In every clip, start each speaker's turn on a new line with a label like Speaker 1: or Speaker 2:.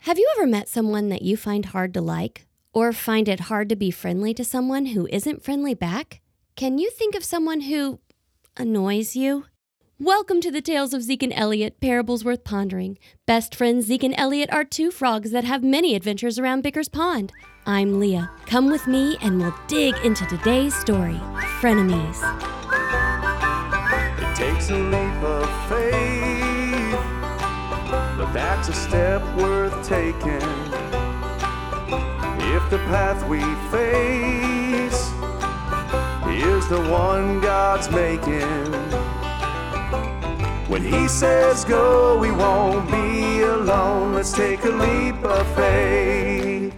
Speaker 1: Have you ever met someone that you find hard to like? Or find it hard to be friendly to someone who isn't friendly back? Can you think of someone who annoys you? Welcome to the Tales of Zeke and Elliot, Parables Worth Pondering. Best friends Zeke and Elliot are two frogs that have many adventures around Bicker's Pond. I'm Leah. Come with me and we'll dig into today's story Frenemies.
Speaker 2: It takes a leap of faith, but that's a step worth taking. If the path we face is the one God's making, when He says go, we won't be alone. Let's take a leap of faith.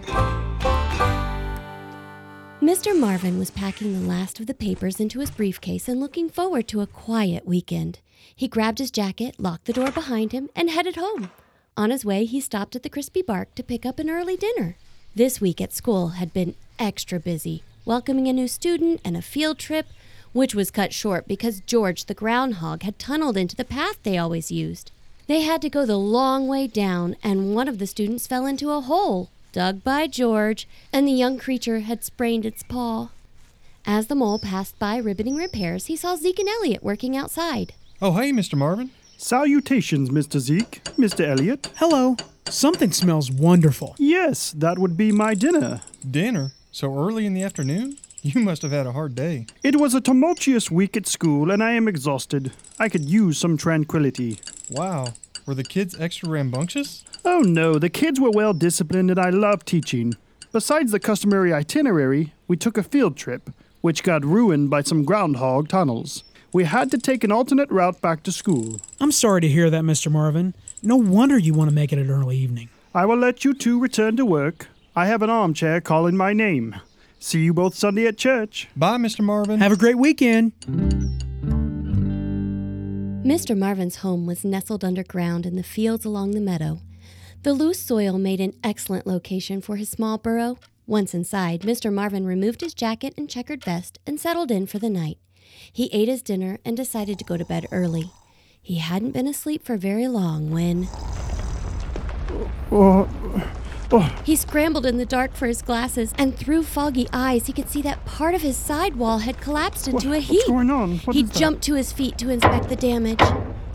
Speaker 1: Mr. Marvin was packing the last of the papers into his briefcase and looking forward to a quiet weekend. He grabbed his jacket, locked the door behind him, and headed home. On his way, he stopped at the Crispy Bark to pick up an early dinner. This week at school had been extra busy, welcoming a new student and a field trip, which was cut short because George the groundhog had tunneled into the path they always used. They had to go the long way down, and one of the students fell into a hole, dug by George, and the young creature had sprained its paw. As the mole passed by ribboning repairs, he saw Zeke and Elliot working outside.
Speaker 3: Oh, hey, Mr. Marvin.
Speaker 4: Salutations, Mr. Zeke, Mr. Elliot.
Speaker 5: Hello. Something smells wonderful.
Speaker 4: Yes, that would be my dinner.
Speaker 3: Dinner? So early in the afternoon? You must have had a hard day.
Speaker 4: It was a tumultuous week at school, and I am exhausted. I could use some tranquility.
Speaker 3: Wow. Were the kids extra rambunctious?
Speaker 4: Oh no, the kids were well disciplined, and I love teaching. Besides the customary itinerary, we took a field trip, which got ruined by some groundhog tunnels. We had to take an alternate route back to school.
Speaker 5: I'm sorry to hear that, Mr. Marvin. No wonder you want to make it an early evening.
Speaker 4: I will let you two return to work. I have an armchair calling my name. See you both Sunday at church.
Speaker 3: Bye, Mr. Marvin.
Speaker 5: Have a great weekend.
Speaker 1: Mr. Marvin's home was nestled underground in the fields along the meadow. The loose soil made an excellent location for his small burrow. Once inside, Mr. Marvin removed his jacket and checkered vest and settled in for the night. He ate his dinner and decided to go to bed early. He hadn't been asleep for very long when. He scrambled in the dark for his glasses, and through foggy eyes, he could see that part of his side wall had collapsed into a
Speaker 4: what's
Speaker 1: heap.
Speaker 4: going on? What
Speaker 1: he
Speaker 4: is that?
Speaker 1: jumped to his feet to inspect the damage.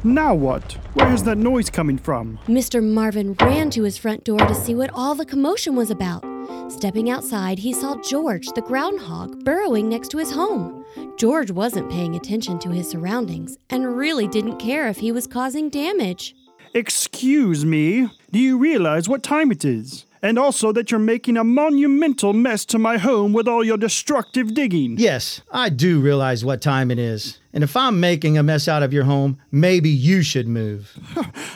Speaker 4: Now what? Where is that noise coming from?
Speaker 1: Mr. Marvin ran to his front door to see what all the commotion was about. Stepping outside, he saw George, the groundhog, burrowing next to his home. George wasn't paying attention to his surroundings and really didn't care if he was causing damage.
Speaker 4: Excuse me, do you realize what time it is? And also that you're making a monumental mess to my home with all your destructive digging.
Speaker 6: Yes, I do realize what time it is. And if I'm making a mess out of your home, maybe you should move.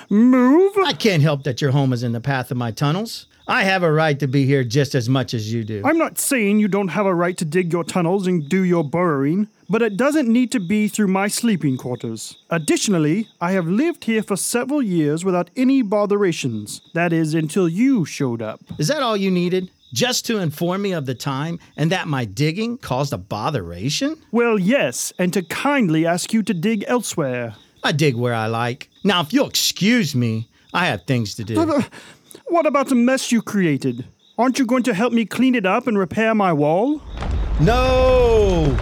Speaker 4: Move?
Speaker 6: I can't help that your home is in the path of my tunnels. I have a right to be here just as much as you do.
Speaker 4: I'm not saying you don't have a right to dig your tunnels and do your burrowing, but it doesn't need to be through my sleeping quarters. Additionally, I have lived here for several years without any botherations. That is, until you showed up.
Speaker 6: is that all you needed? Just to inform me of the time and that my digging caused a botheration?
Speaker 4: Well, yes, and to kindly ask you to dig elsewhere.
Speaker 6: I dig where I like. Now, if you'll excuse me, I have things to do.
Speaker 4: What about the mess you created? Aren't you going to help me clean it up and repair my wall?
Speaker 6: No!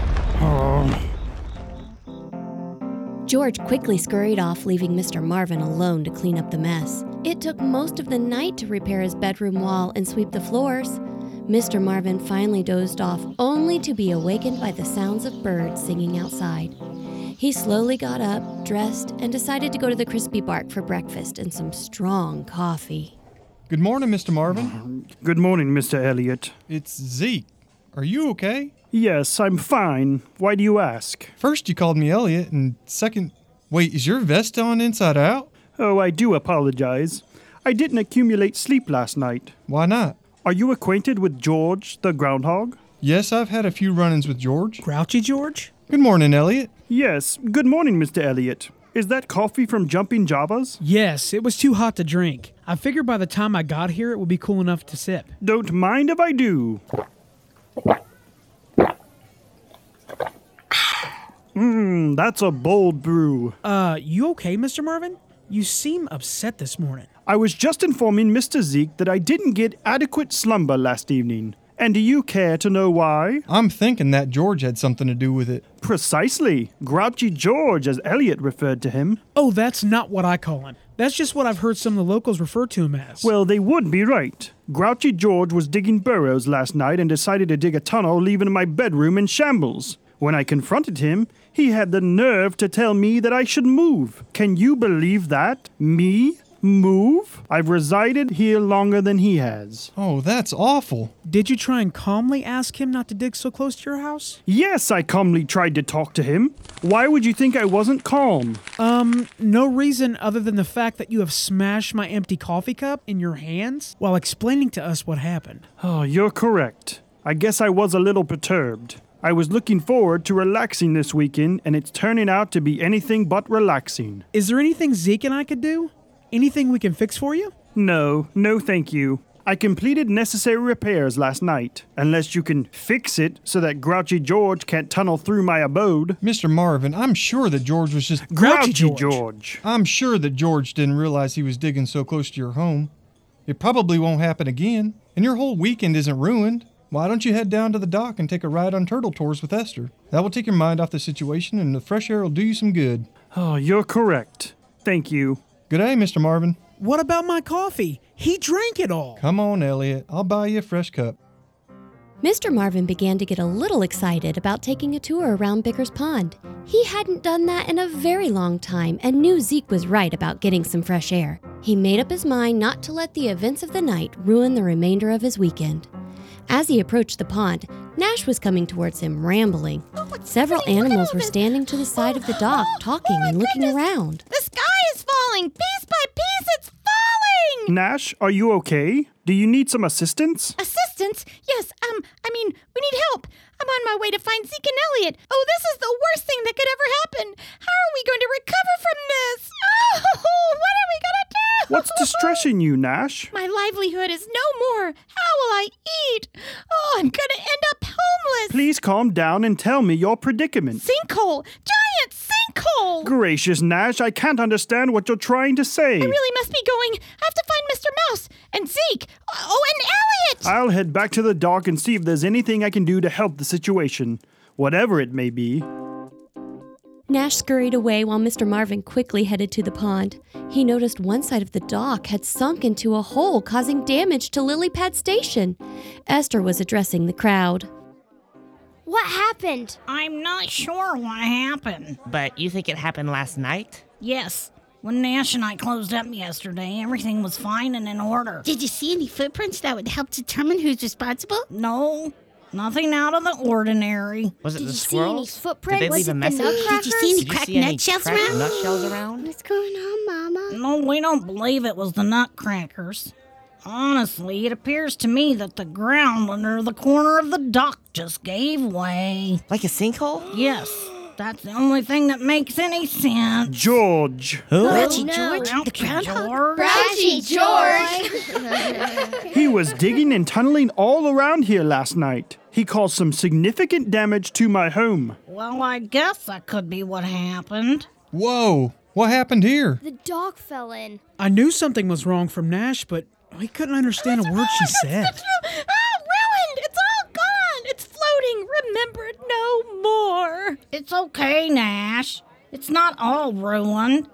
Speaker 1: George quickly scurried off, leaving Mr. Marvin alone to clean up the mess. It took most of the night to repair his bedroom wall and sweep the floors. Mr. Marvin finally dozed off, only to be awakened by the sounds of birds singing outside. He slowly got up, dressed, and decided to go to the crispy bark for breakfast and some strong coffee.
Speaker 3: Good morning, Mr. Marvin.
Speaker 4: Good morning, Mr. Elliot.
Speaker 3: It's Zeke. Are you okay?
Speaker 4: Yes, I'm fine. Why do you ask?
Speaker 3: First, you called me Elliot, and second, wait, is your vest on inside out?
Speaker 4: Oh, I do apologize. I didn't accumulate sleep last night.
Speaker 3: Why not?
Speaker 4: Are you acquainted with George the groundhog?
Speaker 3: Yes, I've had a few run ins with George.
Speaker 5: Grouchy George?
Speaker 3: Good morning, Elliot.
Speaker 4: Yes. Good morning, Mr. Elliot. Is that coffee from Jumping Java's?
Speaker 5: Yes, it was too hot to drink. I figured by the time I got here, it would be cool enough to sip.
Speaker 4: Don't mind if I do. Mmm, that's a bold brew. Mmm,
Speaker 5: Uh, you okay, Mr. Marvin? You seem upset this morning.
Speaker 4: I was just informing Mr. Zeke that I didn't get adequate slumber last evening. And do you care to know why?
Speaker 3: I'm thinking that George had something to do with it.
Speaker 4: Precisely. Grouchy George, as Elliot referred to him.
Speaker 5: Oh, that's not what I call him. That's just what I've heard some of the locals refer to him as.
Speaker 4: Well, they would be right. Grouchy George was digging burrows last night and decided to dig a tunnel, leaving my bedroom in shambles. When I confronted him, he had the nerve to tell me that I should move. Can you believe that? Me? Move? I've resided here longer than he has.
Speaker 3: Oh, that's awful.
Speaker 5: did you try and calmly ask him not to dig so close to your house?
Speaker 4: Yes, I calmly tried to talk to him. Why would you think I wasn't calm?
Speaker 5: No reason other than the fact that you have smashed my empty coffee cup in your hands while explaining to us what happened.
Speaker 4: Oh, you're correct. I guess I was a little perturbed. I was looking forward to relaxing this weekend, and it's turning out to be anything but relaxing.
Speaker 5: Is there anything Zeke and I could do? Anything we can fix for you?
Speaker 4: No, no, thank you. I completed necessary repairs last night. Unless you can fix it so that Grouchy George can't tunnel through my abode.
Speaker 3: Mr. Marvin, I'm sure that George was just.
Speaker 5: Grouchy
Speaker 4: Grouchy
Speaker 5: George.
Speaker 4: George.
Speaker 3: I'm sure that George didn't realize he was digging so close to your home. It probably won't happen again, and your whole weekend isn't ruined. Why don't you head down to the dock and take a ride on turtle tours with Esther? That will take your mind off the situation, and the fresh air will do you some good.
Speaker 4: Oh, you're correct. Thank you.
Speaker 3: Good day, Mr. Marvin.
Speaker 5: What about my coffee? He drank it all.
Speaker 3: Come on, Elliot. I'll buy you a fresh cup.
Speaker 1: Mr. Marvin began to get a little excited about taking a tour around Bicker's Pond. He hadn't done that in a very long time and knew Zeke was right about getting some fresh air. He made up his mind not to let the events of the night ruin the remainder of his weekend. As he approached the pond, Nash was coming towards him, rambling. Several
Speaker 7: pretty, Oh, look at
Speaker 1: animals
Speaker 7: all
Speaker 1: were
Speaker 7: this.
Speaker 1: standing to the side of the dock, talking
Speaker 7: Oh, my
Speaker 1: and looking
Speaker 7: goodness.
Speaker 1: around.
Speaker 7: The sky is falling piece by piece. It's falling.
Speaker 4: Nash, are you okay? Do you need some assistance?
Speaker 7: Assistance? Yes. Um. I mean, we need help. I'm on my way to find Zeke and Elliot. Oh, this is the worst thing that could ever happen. How are we going to recover from this? Oh, what are we gonna do?
Speaker 4: What's distressing you, Nash?
Speaker 7: My livelihood is no more. How will I eat? Oh, I'm gonna end up homeless.
Speaker 4: Please calm down and tell me your predicament.
Speaker 7: Sinkhole. Giant sinkhole.
Speaker 4: Gracious, Nash, I can't understand what you're trying to say.
Speaker 7: really must be going. I have to find Mr. Mouse and Zeke. Oh, and Elliot.
Speaker 4: I'll head back to the dock and see if there's anything I can do to help the situation, whatever it may be.
Speaker 1: Nash scurried away while Mr. Marvin quickly headed to the pond. He noticed one side of the dock had sunk into a hole, causing damage to Lily Pad Station. Esther was addressing the crowd.
Speaker 8: What happened?
Speaker 9: I'm not sure what happened.
Speaker 10: But you think it happened last night?
Speaker 9: Yes, when Nash and I closed up yesterday, everything was fine and in order.
Speaker 8: Did you see any footprints that would help determine who's responsible?
Speaker 9: No, nothing out of the ordinary.
Speaker 10: Was it
Speaker 8: Did
Speaker 10: the
Speaker 8: you see any
Speaker 10: squirrels?
Speaker 8: footprints?
Speaker 10: Did they
Speaker 8: Was
Speaker 10: leave
Speaker 8: it
Speaker 10: a
Speaker 8: the
Speaker 10: message?
Speaker 8: nutcrackers? Did you see any
Speaker 10: Did you
Speaker 8: cracked
Speaker 10: see any
Speaker 8: nutshells
Speaker 10: cracked
Speaker 8: around?
Speaker 10: nutshells around?
Speaker 8: What's going on, Mama?
Speaker 9: No, we don't believe it was the nutcrackers. Honestly, it appears to me that the ground under the corner of the dock just gave way.
Speaker 10: Like a sinkhole?
Speaker 9: Yes, that's the only thing that makes any sense.
Speaker 4: George,
Speaker 8: Grouchy George,
Speaker 9: Grouchy
Speaker 8: the groundhog.
Speaker 9: Oh, George.
Speaker 8: Grouchy George.
Speaker 4: he was digging and tunneling all around here last night. He caused some significant damage to my home.
Speaker 9: Well, I guess that could be what happened.
Speaker 3: Whoa! What happened here?
Speaker 8: the dog fell in.
Speaker 5: I knew something was wrong from Nash, but we couldn't understand a word she said.
Speaker 7: Oh, ruined! It's all gone! It's floating! Remembered no more!
Speaker 9: It's okay, Nash. It's not all ruined.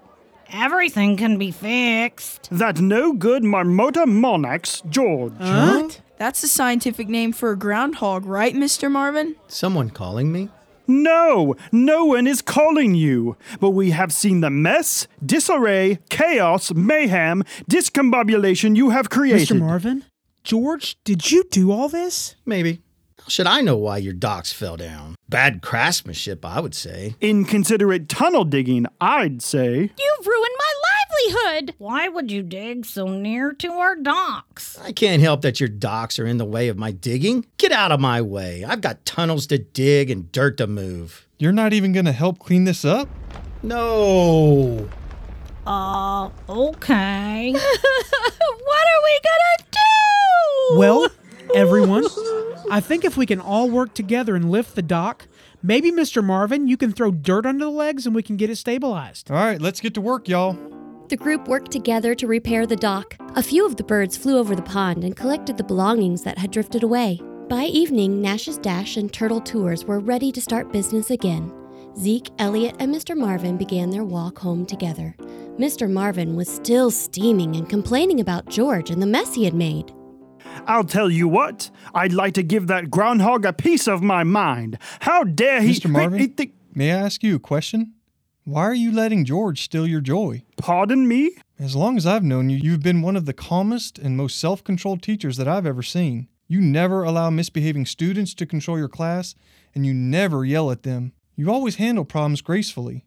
Speaker 9: Everything can be fixed.
Speaker 4: That no good Marmota Monax, George.
Speaker 11: That's the scientific name for a groundhog, right, Mr. Marvin?
Speaker 6: Someone calling me?
Speaker 4: No, no one is calling you. But we have seen the mess, disarray, chaos, mayhem, discombobulation you have created.
Speaker 5: Mr. Marvin? George, did you do all this?
Speaker 6: Maybe. How should I know why your docks fell down? Bad craftsmanship, I would say.
Speaker 4: Inconsiderate tunnel digging, I'd say.
Speaker 7: You've ruined my livelihood!
Speaker 9: Why would you dig so near to our docks?
Speaker 6: I can't help that your docks are in the way of my digging. Get out of my way. I've got tunnels to dig and dirt to move.
Speaker 3: You're not even gonna help clean this up?
Speaker 6: No.
Speaker 9: Uh, okay.
Speaker 7: what are we gonna do?
Speaker 5: Well, everyone, I think if we can all work together and lift the dock, maybe Mr. Marvin, you can throw dirt under the legs and we can get it stabilized.
Speaker 3: All right, let's get to work, y'all.
Speaker 1: The group worked together to repair the dock. A few of the birds flew over the pond and collected the belongings that had drifted away. By evening, Nash's Dash and Turtle Tours were ready to start business again. Zeke, Elliot, and Mr. Marvin began their walk home together. Mr. Marvin was still steaming and complaining about George and the mess he had made.
Speaker 4: I'll tell you what, I'd like to give that groundhog a piece of my mind. How dare he.
Speaker 3: Mr. Marvin, may I ask you a question? Why are you letting George steal your joy?
Speaker 4: Pardon me?
Speaker 3: As long as I've known you, you've been one of the calmest and most self controlled teachers that I've ever seen. You never allow misbehaving students to control your class, and you never yell at them. You always handle problems gracefully.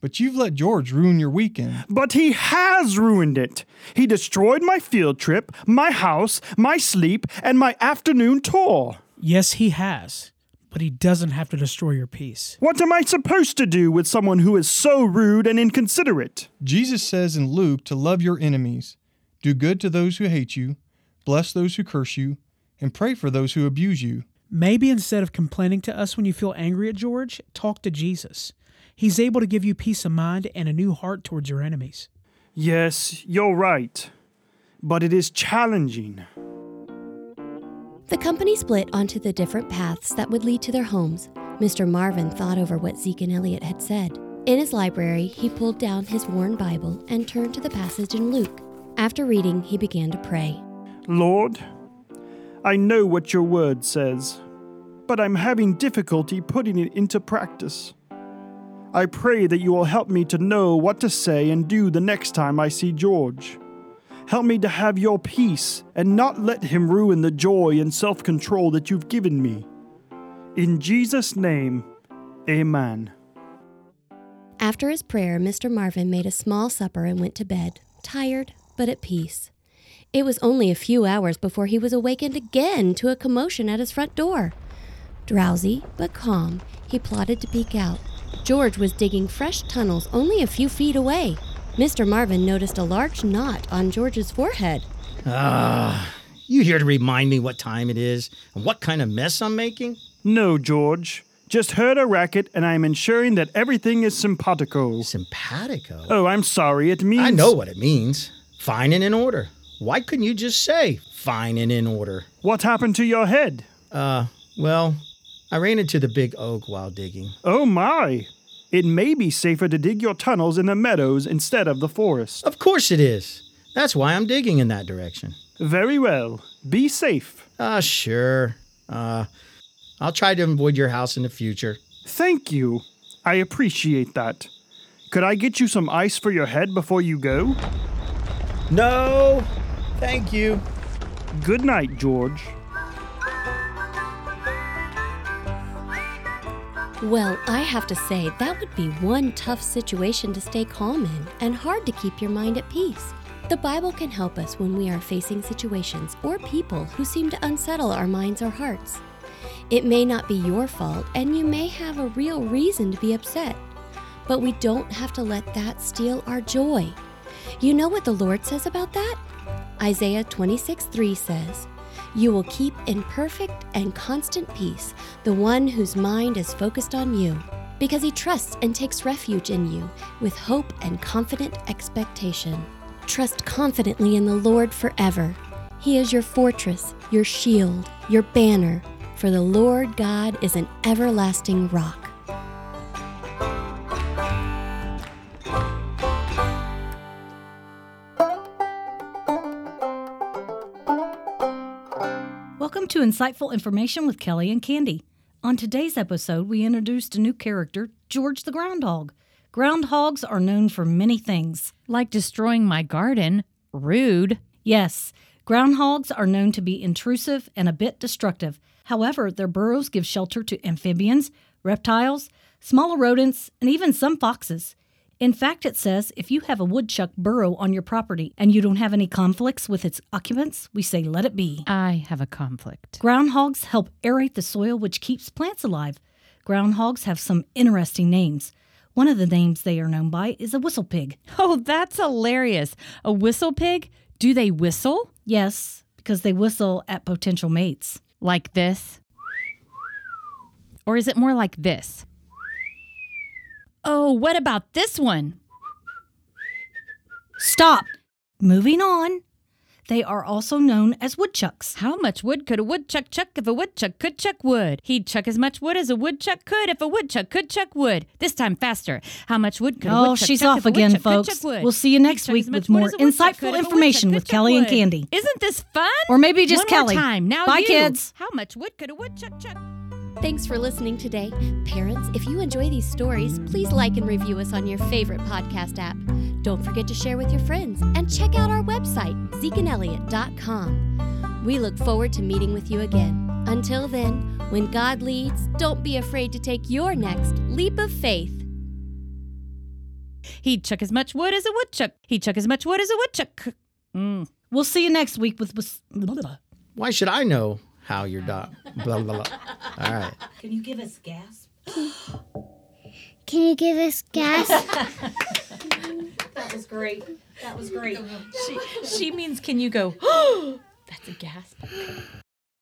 Speaker 3: But you've let George ruin your weekend.
Speaker 4: But he has ruined it. He destroyed my field trip, my house, my sleep, and my afternoon tour.
Speaker 5: Yes, he has, but he doesn't have to destroy your peace.
Speaker 4: What am I supposed to do with someone who is so rude and inconsiderate?
Speaker 3: Jesus says in Luke to love your enemies, do good to those who hate you, bless those who curse you, and pray for those who abuse you.
Speaker 5: Maybe instead of complaining to us when you feel angry at George, talk to Jesus. He's able to give you peace of mind and a new heart towards your enemies.
Speaker 4: Yes, you're right. But it is challenging.
Speaker 1: The company split onto the different paths that would lead to their homes. Mr. Marvin thought over what Zeke and Elliot had said. In his library, he pulled down his worn Bible and turned to the passage in Luke. After reading, he began to pray.
Speaker 4: Lord, I know what your word says, but I'm having difficulty putting it into practice. I pray that you will help me to know what to say and do the next time I see George. Help me to have your peace and not let him ruin the joy and self control that you've given me. In Jesus' name, amen.
Speaker 1: After his prayer, Mr. Marvin made a small supper and went to bed, tired but at peace. It was only a few hours before he was awakened again to a commotion at his front door. Drowsy but calm, he plotted to peek out. George was digging fresh tunnels only a few feet away. Mr. Marvin noticed a large knot on George's forehead.
Speaker 6: Ah, you here to remind me what time it is and what kind of mess I'm making?
Speaker 4: No, George. Just heard a racket, and I am ensuring that everything is simpatico.
Speaker 6: Simpatico?
Speaker 4: Oh, I'm sorry. It means.
Speaker 6: I know what it means. Fine and in order. Why couldn't you just say fine and in order?
Speaker 4: What happened to your head?
Speaker 6: Uh, well, I ran into the big oak while digging.
Speaker 4: Oh, my. It may be safer to dig your tunnels in the meadows instead of the forest.
Speaker 6: Of course it is. That's why I'm digging in that direction.
Speaker 4: Very well. Be safe.
Speaker 6: Ah, sure. Uh, I'll try to avoid your house in the future.
Speaker 4: Thank you. I appreciate that. Could I get you some ice for your head before you go?
Speaker 6: No, Oh, thank you.
Speaker 4: Good night, George.
Speaker 1: Well, I have to say, that would be one tough situation to stay calm in and hard to keep your mind at peace. The Bible can help us when we are facing situations or people who seem to unsettle our minds or hearts. It may not be your fault, and you may have a real reason to be upset, but we don't have to let that steal our joy. You know what the Lord says about that? Isaiah 26 3 says, you will keep in perfect and constant peace the one whose mind is focused on you, because he trusts and takes refuge in you with hope and confident expectation. Trust confidently in the Lord forever. He is your fortress, your shield, your banner, for the Lord God is an everlasting rock.
Speaker 9: Welcome to Insightful Information with Kelly and Candy. On today's episode, we introduced a new character, George the Groundhog. Groundhogs are known for many things.
Speaker 12: Like destroying my garden. Rude.
Speaker 9: Yes, groundhogs are known to be intrusive and a bit destructive. However, their burrows give shelter to amphibians, reptiles, smaller rodents, and even some foxes. In fact, it says if you have a woodchuck burrow on your property and you don't have any conflicts with its occupants, we say let it be.
Speaker 12: I have a conflict.
Speaker 9: Groundhogs help aerate the soil, which keeps plants alive. Groundhogs have some interesting names. One of the names they are known by is a whistle pig.
Speaker 12: Oh, that's hilarious. A whistle pig? Do they whistle?
Speaker 9: Yes, because they whistle at potential mates.
Speaker 12: Like this? Or is it more like this? Oh, what about this one?
Speaker 9: Stop! Moving on. They are also known as woodchucks.
Speaker 12: How much wood could a woodchuck chuck if a woodchuck could chuck wood? He'd chuck as much wood as a woodchuck could if a woodchuck could chuck wood. This time faster. How much wood could a
Speaker 9: Oh,
Speaker 12: woodchuck
Speaker 9: she's
Speaker 12: chuck if
Speaker 9: off
Speaker 12: a
Speaker 9: again,
Speaker 12: woodchuck could
Speaker 9: folks.
Speaker 12: chuck wood?
Speaker 9: We'll see you
Speaker 12: He'd
Speaker 9: next
Speaker 12: chuck
Speaker 9: week
Speaker 12: as
Speaker 9: with
Speaker 12: much wood
Speaker 9: more
Speaker 12: as a woodchuck
Speaker 9: insightful
Speaker 12: could if a
Speaker 9: information
Speaker 12: woodchuck
Speaker 9: with
Speaker 12: could chuck
Speaker 9: Kelly and
Speaker 12: wood.
Speaker 9: Candy.
Speaker 12: Isn't this fun?
Speaker 9: Or maybe just
Speaker 12: One
Speaker 9: Kelly.
Speaker 12: More time. Now
Speaker 9: Bye,
Speaker 12: you.
Speaker 9: kids.
Speaker 12: How much wood could a woodchuck chuck?
Speaker 1: Thanks for listening today. Parents, if you enjoy these stories, please like and review us on your favorite podcast app. Don't forget to share with your friends and check out our website, zekeandelliott.com. We look forward to meeting with you again. Until then, when God leads, don't be afraid to take your next leap of faith.
Speaker 12: He'd chuck as much wood as a woodchuck. He'd chuck as much wood as a woodchuck. Mm.
Speaker 9: We'll see you next week with. with blah, blah, blah.
Speaker 6: Why should I know how your dog? Blah, blah, blah. All right.
Speaker 9: Can you give us gas?
Speaker 8: Can you give us gas?
Speaker 10: That was great. That was great. she, she means, can you go, that's a gasp.